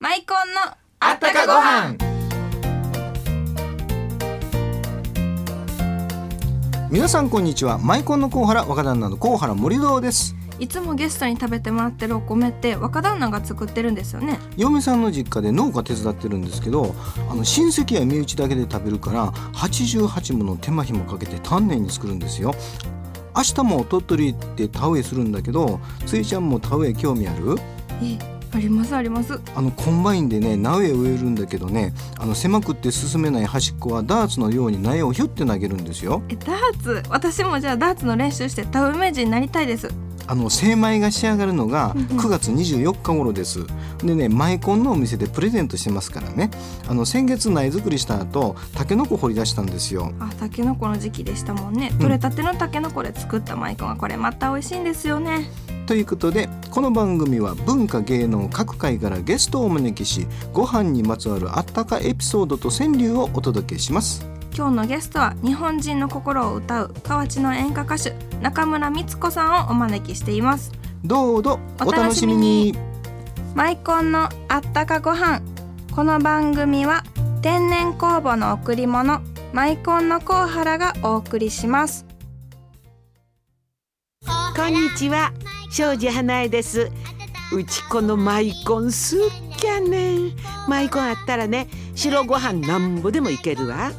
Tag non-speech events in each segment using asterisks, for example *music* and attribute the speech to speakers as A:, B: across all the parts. A: マイコンの
B: あったかご飯
C: 皆さんこんにちはマイコンのコウハラ若旦那のコウハラ森堂です
A: いつもゲストに食べてもらってるお米って若旦那が作ってるんですよね
C: 嫁さんの実家で農家手伝ってるんですけどあの親戚や身内だけで食べるから88もの手間暇かけて丹念に作るんですよ明日も鳥取行って田植えするんだけどついちゃんも田植え興味ある
A: えありますあります
C: あのコンバインでね苗を植えるんだけどねあの狭くって進めない端っこはダーツのように苗をひゅって投げるんですよ
A: えダーツ私もじゃあダーツの練習して田植え名人になりたいです
C: あの精米が仕上がるのが
A: うんうん
C: 9月24日頃です。でね、マイコンのお店でプレゼントしてますからね。あの先月苗作りした後、タケノコ掘り出したんですよ。
A: あタケノコの時期でしたもんね取れたてのタケノコで作ったマイコンがこれまた美味しいんですよね
C: ということで、この番組は文化芸能各界からゲストをお招きし、ご飯にまつわるあったかエピソードと川柳をお届けします。
A: 今日のゲストは日本人の心を歌う河内の演歌歌手中村光子さんをお招きしています
C: どうぞお楽しみに。
A: マイコンのあったかご飯この番組は天然酵母の贈り物マイコンのコウハラがお送りします
B: こんにちは庄司花江ですうちこのマイコンすっきゃねマイコンあったらね白ご飯なんぼでもいけるわ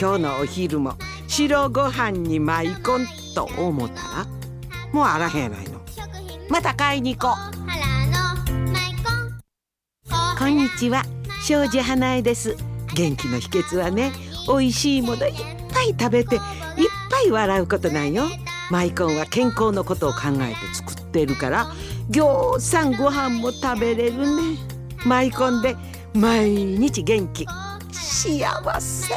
B: 今日のお昼も白ご飯にマイコンと思ったらもうあらへんやないのまた買いに行こうこんにちは庄司花江です元気の秘訣はね美味しいものいっぱい食べていっぱい笑うことなんよマイコンは健康のことを考えて作ってるからぎょうさんご飯も食べれるねマイコンで毎日元気幸せ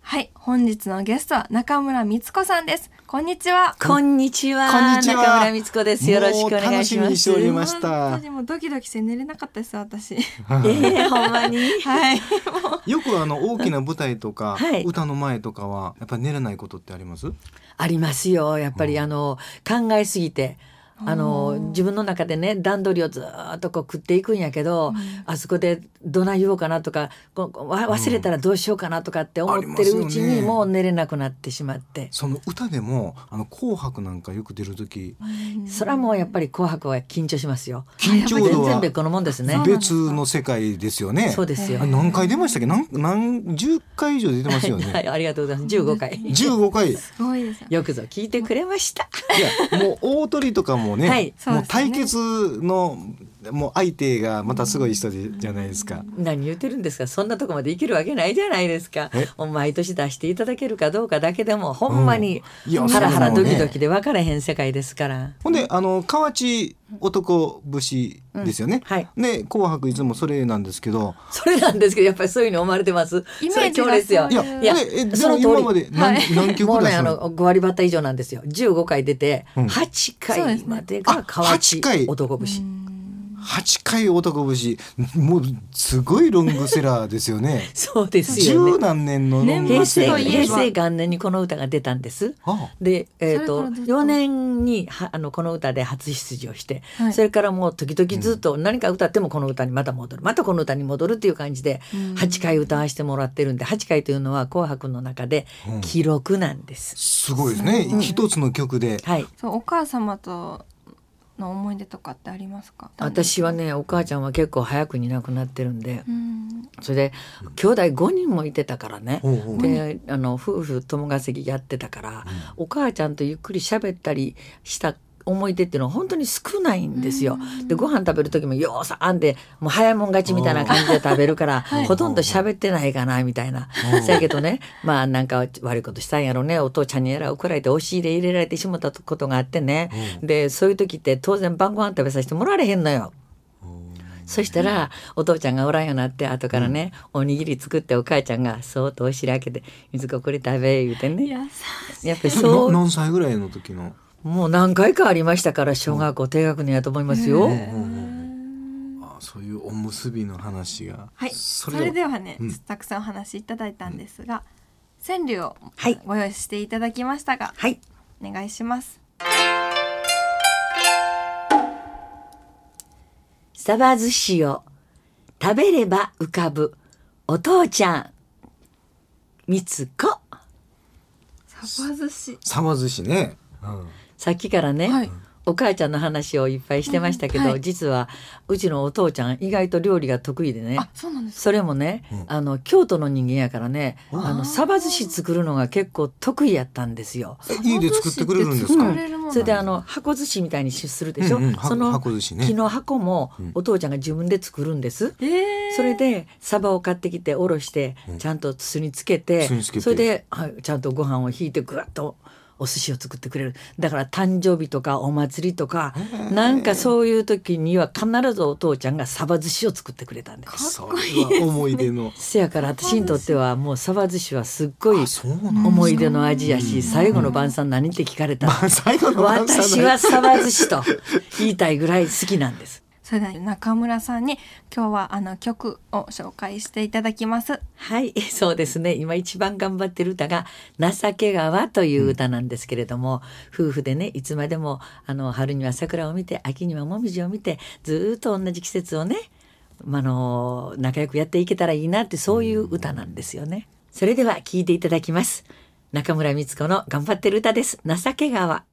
A: はい本日のゲストは中村光子さんですこんにちは
D: こんにちは。
C: こんにちは
D: 中村美津子です。よろしくお願いし
C: もう楽しみ
D: ま
C: にして
D: す。
C: おりました
A: 本当。にもうドキドキして寝れなかったです私
D: ええほんまに。
A: はい
C: よくあの大きな舞台とか、
D: はい
C: 歌の前とかはやっぱり寝れないことってあります？
D: ありますよ。やっぱり、
C: うん
D: あの、考えすぎて。あの
A: うん
D: 自分の中でね段取りをずーっとこう食っていくんやけど、あそこでどない言おうかなとかここわ忘れたらどうしようかなとかって思って
C: あ
D: るうち
C: りますよね
D: にもう寝れなくなってしまって、
C: その歌でもあの紅白なんかよく出る時
D: それはもうやっぱり「紅白」は緊張しますよ。
C: 緊張
D: 全
C: 度
D: 然
C: は
D: 別個のもんですね
A: そう。なんです
C: 別
A: か
C: の世界ですよね。
D: そうですよ
C: あ。何回出ましたっけ？何何十回以上出てますよ
D: は
C: ね。
D: い、ありがとうございます。15
C: *laughs*
D: 回。
C: 十五回。い
A: すごいですよ
D: よくぞ聞いてくれました。
C: やもう大鳥とかもね、
D: はい
C: も
A: そう
C: う
A: ですね
C: 対決のもう相手がまたすごい人でじゃないですか。
D: 何言ってるんですかそんなとこまでいけるわけないじゃないですか
C: え
D: もう毎年出していただけるかどうかだけでもほんまに
C: うんいや
D: ハラハラ
C: そう
D: ド
C: なの
D: キ
C: ね
D: ドキで分からへん世界ですから
C: ほんであの河内男節ですよね。
D: はい
C: で紅白いつもそれなんですけど、
D: それなんですけどやっがそういうふうに思われてます
A: イメージが
D: それ強烈よ
C: いや
A: え
D: いや
C: ほんでえで
D: そ
C: も
D: の通り
C: 今まで何,、
A: はい
C: 何
D: も
C: 曲
D: う
C: 出し
D: ねあ
C: たの？
D: の5割バッタ以上なんですよ15回出て
C: うん
D: 8
A: そうで
D: 回
A: すね
D: までが
C: あ
D: 河
C: 8
D: 内
C: 回
D: 男節。
C: 八回男節もうすごいロングセラーですよね
D: そうです
C: 十
D: よね
C: 何年のロン
D: 平
C: グ
D: 成
C: セラ
A: とい
C: ー。
A: えば
D: 平成元年にこの歌が出たんです
C: あ
D: で、えー、
A: それ
D: と
A: からずっと
D: 4年にはあのこの歌で初出場して、
A: はい
D: それからもう時々ずっと何か歌ってもこの歌にまた戻るまたこの歌に戻るっていう感じで
A: うん
D: 8回歌わせてもらってるんで8回というのは「紅白」の中で
C: うん
D: 記録なんです。
C: すごいですね。
A: うん
C: 一つの曲で。
D: はい
A: そうお母様との思い出とかってありますか
D: 私はねお母ちゃんは結構早くに亡くなってるんで
A: うん
D: それで兄弟5人もいてたからね
C: おうおう
D: であの夫婦共稼ぎやってたから、お母ちゃんとゆっくり喋ったりした思い出っていうのは本当に少ないんですよ。でご飯食べる時もようさあんでもう早いもん勝ちみたいな感じで食べるから、ほとんど喋ってないかなみたいな。そやけどねまあなんか悪いことしたんやろねお父ちゃんにやら怒られて押し入れ入れられてしもたことがあってね、でそういう時って当然晩ご飯食べさせてもらわれへんのよ。そしたら、お父ちゃんがおらんようになって、後からね、おにぎり作ってお母ちゃんが、そーっとおし開けて、水子これ食べ、言うてね。
A: 優
D: やっぱり
C: な
D: そう、
C: 何歳ぐらいの時の。
D: もう何回かありましたから、小学校低学年やと思いますよ。
C: あそういうおむすびの話が。
A: はい、それではね、たくさんお話いただいたんですが、川柳を
D: はい
A: ご用意していただきましたが、
D: はい。
A: お願いします。
D: サバ寿司を食べれば浮かぶお父ちゃんみつこ
A: サバ寿司
E: さま寿司ね、うん
D: さっきからね、
A: はい
D: お母ちゃんの話をいっぱいしてましたけど、
A: うんはい
D: 実はうちのお父ちゃん意外と料理が得意でね
A: あそうなんです
D: それもね、あの京都の人間やからねあのサバ寿司作るのが結構得意やったんですよ。
E: え家で作ってくれるんですか
A: 作れるもん
D: それであの箱寿司みたいにするでしょ、
E: うんうん箱
D: その
E: 箱寿司ね
D: 木の箱もお父ちゃんが自分で作るんです、
A: えー、
D: それでサバを買ってきておろしてちゃんと酢につけて,、
E: 酢につけて
D: それで、はい、ちゃんとご飯をひいてぐわっとお寿司を作ってくれるだから誕生日とかお祭りとかなんかそういう時には必ずお父ちゃんがサバ寿司を作ってくれたんです。
E: それは思い出の
D: せやから私にとってはもうサバ寿司はすっごい
E: あそうなんですか
D: 思い出の味やし最後の晩餐何って聞かれたら
E: 最後の晩餐
D: 私はサバ寿司と言いたいぐらい好きなんです。
A: それでは中村さんに今日はあの曲を紹介していただきます
D: はい、 *laughs* そうですね。今一番頑張ってる歌が、情け川という歌なんですけれども、夫婦でね、いつまでも、あの、春には桜を見て、秋にはもみじを見て、ずーっと同じ季節をね、まああの、仲良くやっていけたらいいなって、そういう歌なんですよね。それでは聴いていただきます。中村光子の頑張ってる歌です。情け川。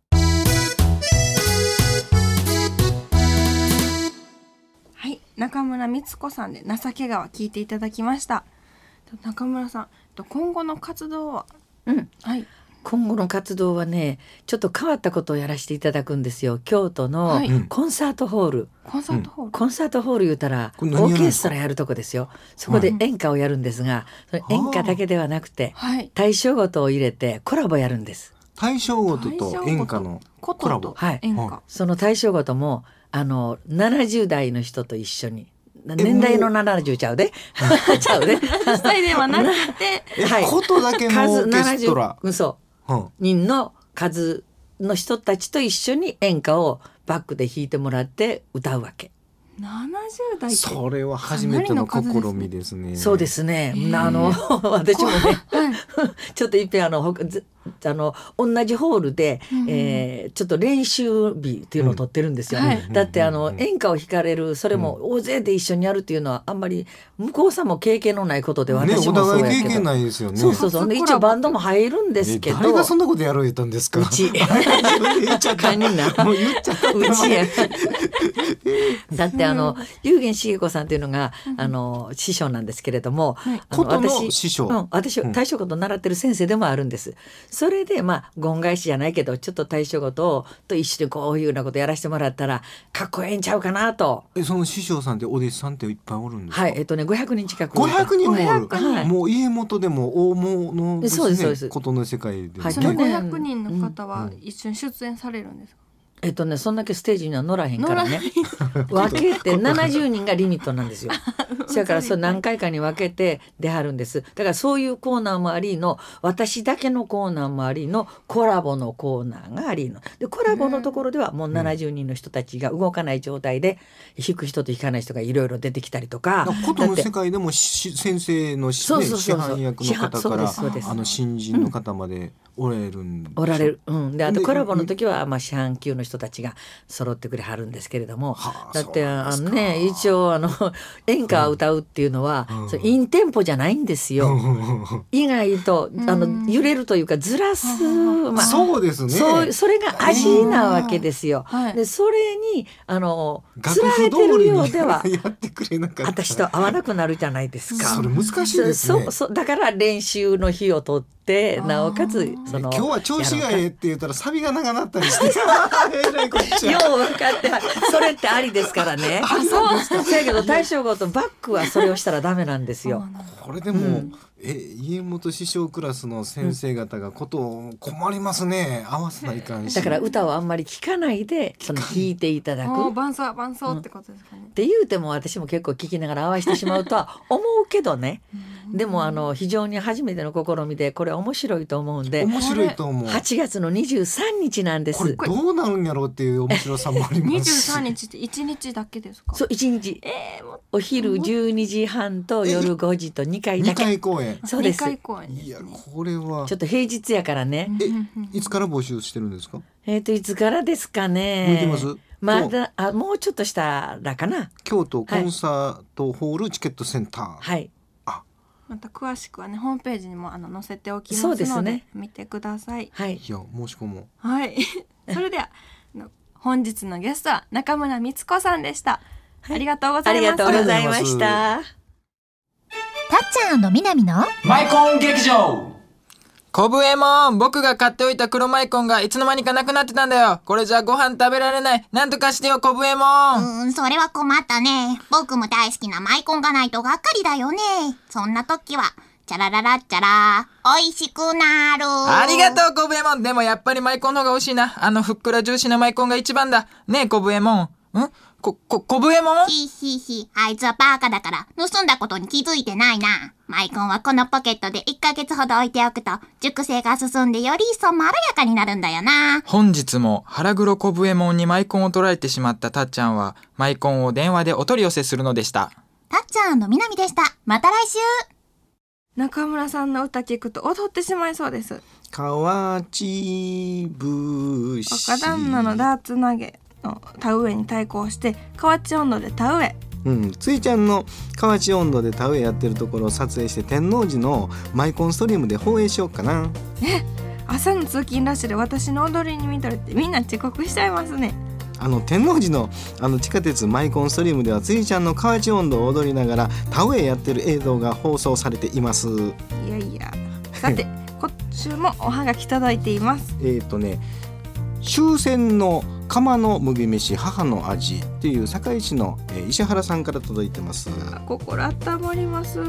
A: はい中村光子さんで情け川聞いていただきました中村さんと今後の活動は
D: うん
A: はい
D: 今後の活動はね、ちょっと変わったことをやらせていただくんですよ。京都の
A: はい
D: コンサートホール。
A: コンサートホール、
D: コンサートホール言うたらオ
E: これ何やるんで
D: ー
E: すか
D: ケストラやるとこですよそこで演歌をやるんですが、その演歌だけではなくて
A: はい
D: 大正ごとを入れてコラボやるんです
E: 大正ごとと演歌の
A: こと
E: コラボ
A: と演歌、
E: は
D: その大正ごともあの70代の人と一緒に年代の70ちゃ
E: *laughs*
D: うでちゃうで
A: スタイルではなく
D: *laughs*
A: て
E: え、
D: はい
E: ことだけのオ
D: 数
E: ーケスト
D: 70
E: ラ、
D: うんそう
E: うん
D: 人の数の人たちと一緒に演歌をバックで弾いてもらって歌うわけ
A: 70代って
E: それは初めての試みですね
D: そうですすね。あの、私もね、ちょっといっぺんあの、ほかずあの、同じホールで、えーちょっと練習日っていうのを取ってるんですよ。
A: うんはい
D: だってあの、演歌を弾かれる、それも大勢で一緒にやるっていうのは、あんまり向こうさんも経験のないことで、
E: ね
D: 私
E: お
D: もそうや
E: 互
D: け
E: い
D: ど。
E: 経験ないですよね
D: そうそうそう。で
A: 初コラボ
D: 一応バンドも入るんですけ
E: え
D: ど、
E: 誰がそんなことやろう言ったんですか
D: うち
E: *laughs* 言っちゃった
D: あかんねんな
E: もう言っちゃった
D: うちや。 *laughs* だってあの、有限茂子さんっていうのが、あの、師匠なんですけれども、あ
E: 琴の師匠
D: うん、私、大正琴習ってる先生でもあるんです。それで、まあ、言返しじゃないけど、ちょっと大正琴を、と一緒にこういうようなことやらせてもらったら、かっこええんちゃうかなと。
E: えその師匠さんってお弟子さんっていっぱいおるんですか
D: はい、えっとね、500人近く。
E: 500人もおる、
D: 500人はい
E: もう家元でも大物ですね
D: そうですそうです
E: ことの世界で、ね
D: はい
A: その500人の方は一緒に出演されるんですか、
D: えっとね、そんだけステージには乗らへんからね。分けて70人がリミットなんですよ。 *laughs* そやからそう何回かに分けて出はるんです。だからそういうコーナーもありの、私だけのコーナーもありの、コラボのコーナーがありの。で、コラボのところではもう70人の人たちが動かない状態で、弾く人と弾かない人がいろいろ出てきたりとか。
E: ことの
D: だって
E: 世界でもし先生のし、
D: そう
E: ね、
D: そう
E: 師
D: そう
E: 範役の方
D: 師範そう
E: か
D: ですそうです
E: らあの新人の方までおられるんでしょ
D: おられる。うん。で、あと
E: で
D: コラボの時は、まあ、四半級の人たちが揃ってくれはるんですけれども
E: はあ、
D: だって、
E: そうなん
D: あ
E: ですか
D: のね、一応、
E: *laughs*
D: あの、演歌を歌うっていうのは、そのインテンポじゃないんですよ。意外と、あの、揺れるというか、ずらす、ま
E: *laughs*
D: あ、
E: そうですね
D: そうそれが味なわけですよ。
A: はい
D: で、それに、あの、つ
E: 楽
D: られ
E: 譜
D: て
E: 通
D: る
E: り
D: よう
E: に *laughs*、
D: では
E: やってくれなかったら
D: 私と合わなくなるじゃないですか。
E: それ難しいですね
D: そうそうだから練習の日を取ってなおかつその
E: 今日は調子がええって言ったらサビが長なったりして *laughs*
D: *laughs*
E: えらいこっち
D: よ
E: ゃ
D: う分かって *laughs* はそれってありですからね。そうそうやけど大将ごとバックはそれをしたらダメなんですよ。
E: これでも、え家元師匠クラスの先生方がことを困りますね合わせないかんし
D: だから歌をあんまり聞かないでその弾いていただ
A: も
D: く。
A: う
D: っ
A: 伴奏伴奏ってことですかね、
D: て言うても私も結構聞きながら合わせてしまうとは思うけどね。でもあの非常に初めての試みでこれ面白いと思うんで
E: 面白いと思う
D: 8月の23日なんで
E: これ
D: す。
E: どうなるんやろうっていう面白さもあり
D: *laughs*
E: ますし
A: 23日って1日だけですか
D: そう1日
A: えー、もう
D: お昼12時半と夜5時と2回だ
E: 2
D: け。
E: 回公演
D: そうです
A: 二回公演で
E: いや
A: すね
E: これは
D: ちょっと平日やからね。
E: えいつから募集してるんですか
D: えっ、と、いつからですかね。
E: 向いてます
D: まだあもうちょっとしたらかな
C: 京都コンサートホールチケットセンター、
D: はい
A: また詳しくはねホームページにもあの載せておきます
D: そ
A: の
D: う
A: で
D: ですね
A: 見てください。
D: はい
C: いや申し込もう
A: はい *laughs* それではあの本日のゲストは中村光子さんでした。
D: はい
A: ありがとうござ
D: あ
A: います。
D: りがとうございま
C: ありがとうござ
D: し
C: い
D: た
F: たっちゃんのみなみの
G: マイコン劇場
H: コブエモン僕が買っておいた黒マイコンがいつの間にかなくなってたんだよこれじゃご飯食べられないなんとかしてよコブエモ
F: う
H: ン
F: ーん、それは困ったね。僕も大好きなマイコンがないとがっかりだよね。そんな時は、チャラララッチャラ、美味しくなる。
H: ありが
F: う。
H: とうコブエモンでもやっぱりマイコンの方が美味しいなあのふっくらジューシーなマイコンが一番だねえコブエモンんこ、こ、コブエモン
F: ひいひいひい、あいつはバカだから、盗んだことに気づいてないな。マイコンはこのポケットで1ヶ月ほど置いておくと、熟成が進んでより一層まろやかになるんだよな。
H: 本日も腹黒コブエモンにマイコンを取られてしまったたっちゃんはマイコンを電話でお取り寄せするのでした
F: たっちゃんのみなみでした。また来週
A: 中村さんの歌聞くと踊ってしまいそうです。
C: 河内節
A: 若旦那のダーツ投げの田植えに対抗して河内温度で田植え
C: うん、ついちゃんの河内温度で田植えやってるところを撮影して天王寺のマイコンストリームで放映しようかな
A: 朝の通勤ラッシュで私の踊りに見とれてみんな遅刻しちゃいますね。
C: あの天王寺のあの地下鉄マイコンストリームではついちゃんの河内温度を踊りながら田植えやってる映像が放送されています
A: いやいや。さて今週もおはがき届いています。
C: えっ、とね終戦の釜の麦飯母の味っていう堺市の、えー石原さんから届いてます
A: 心温まります。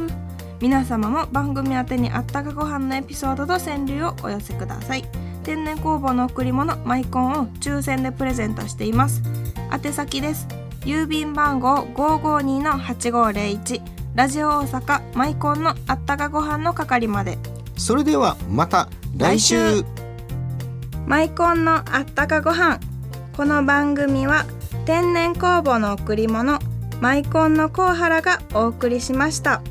A: 皆様も番組宛てにあったかご飯のエピソードと川柳をお寄せください。天然工房の贈り物マイコンを抽選でプレゼントしています。宛先です。郵便番号552-8501ラジオ大阪マイコンのあったかご飯の係まで。
C: それではまた来
A: 来
C: 週
A: マイコンのあったかご飯この番組は天然酵母の贈り物マイコンのコウハラがお送りしました。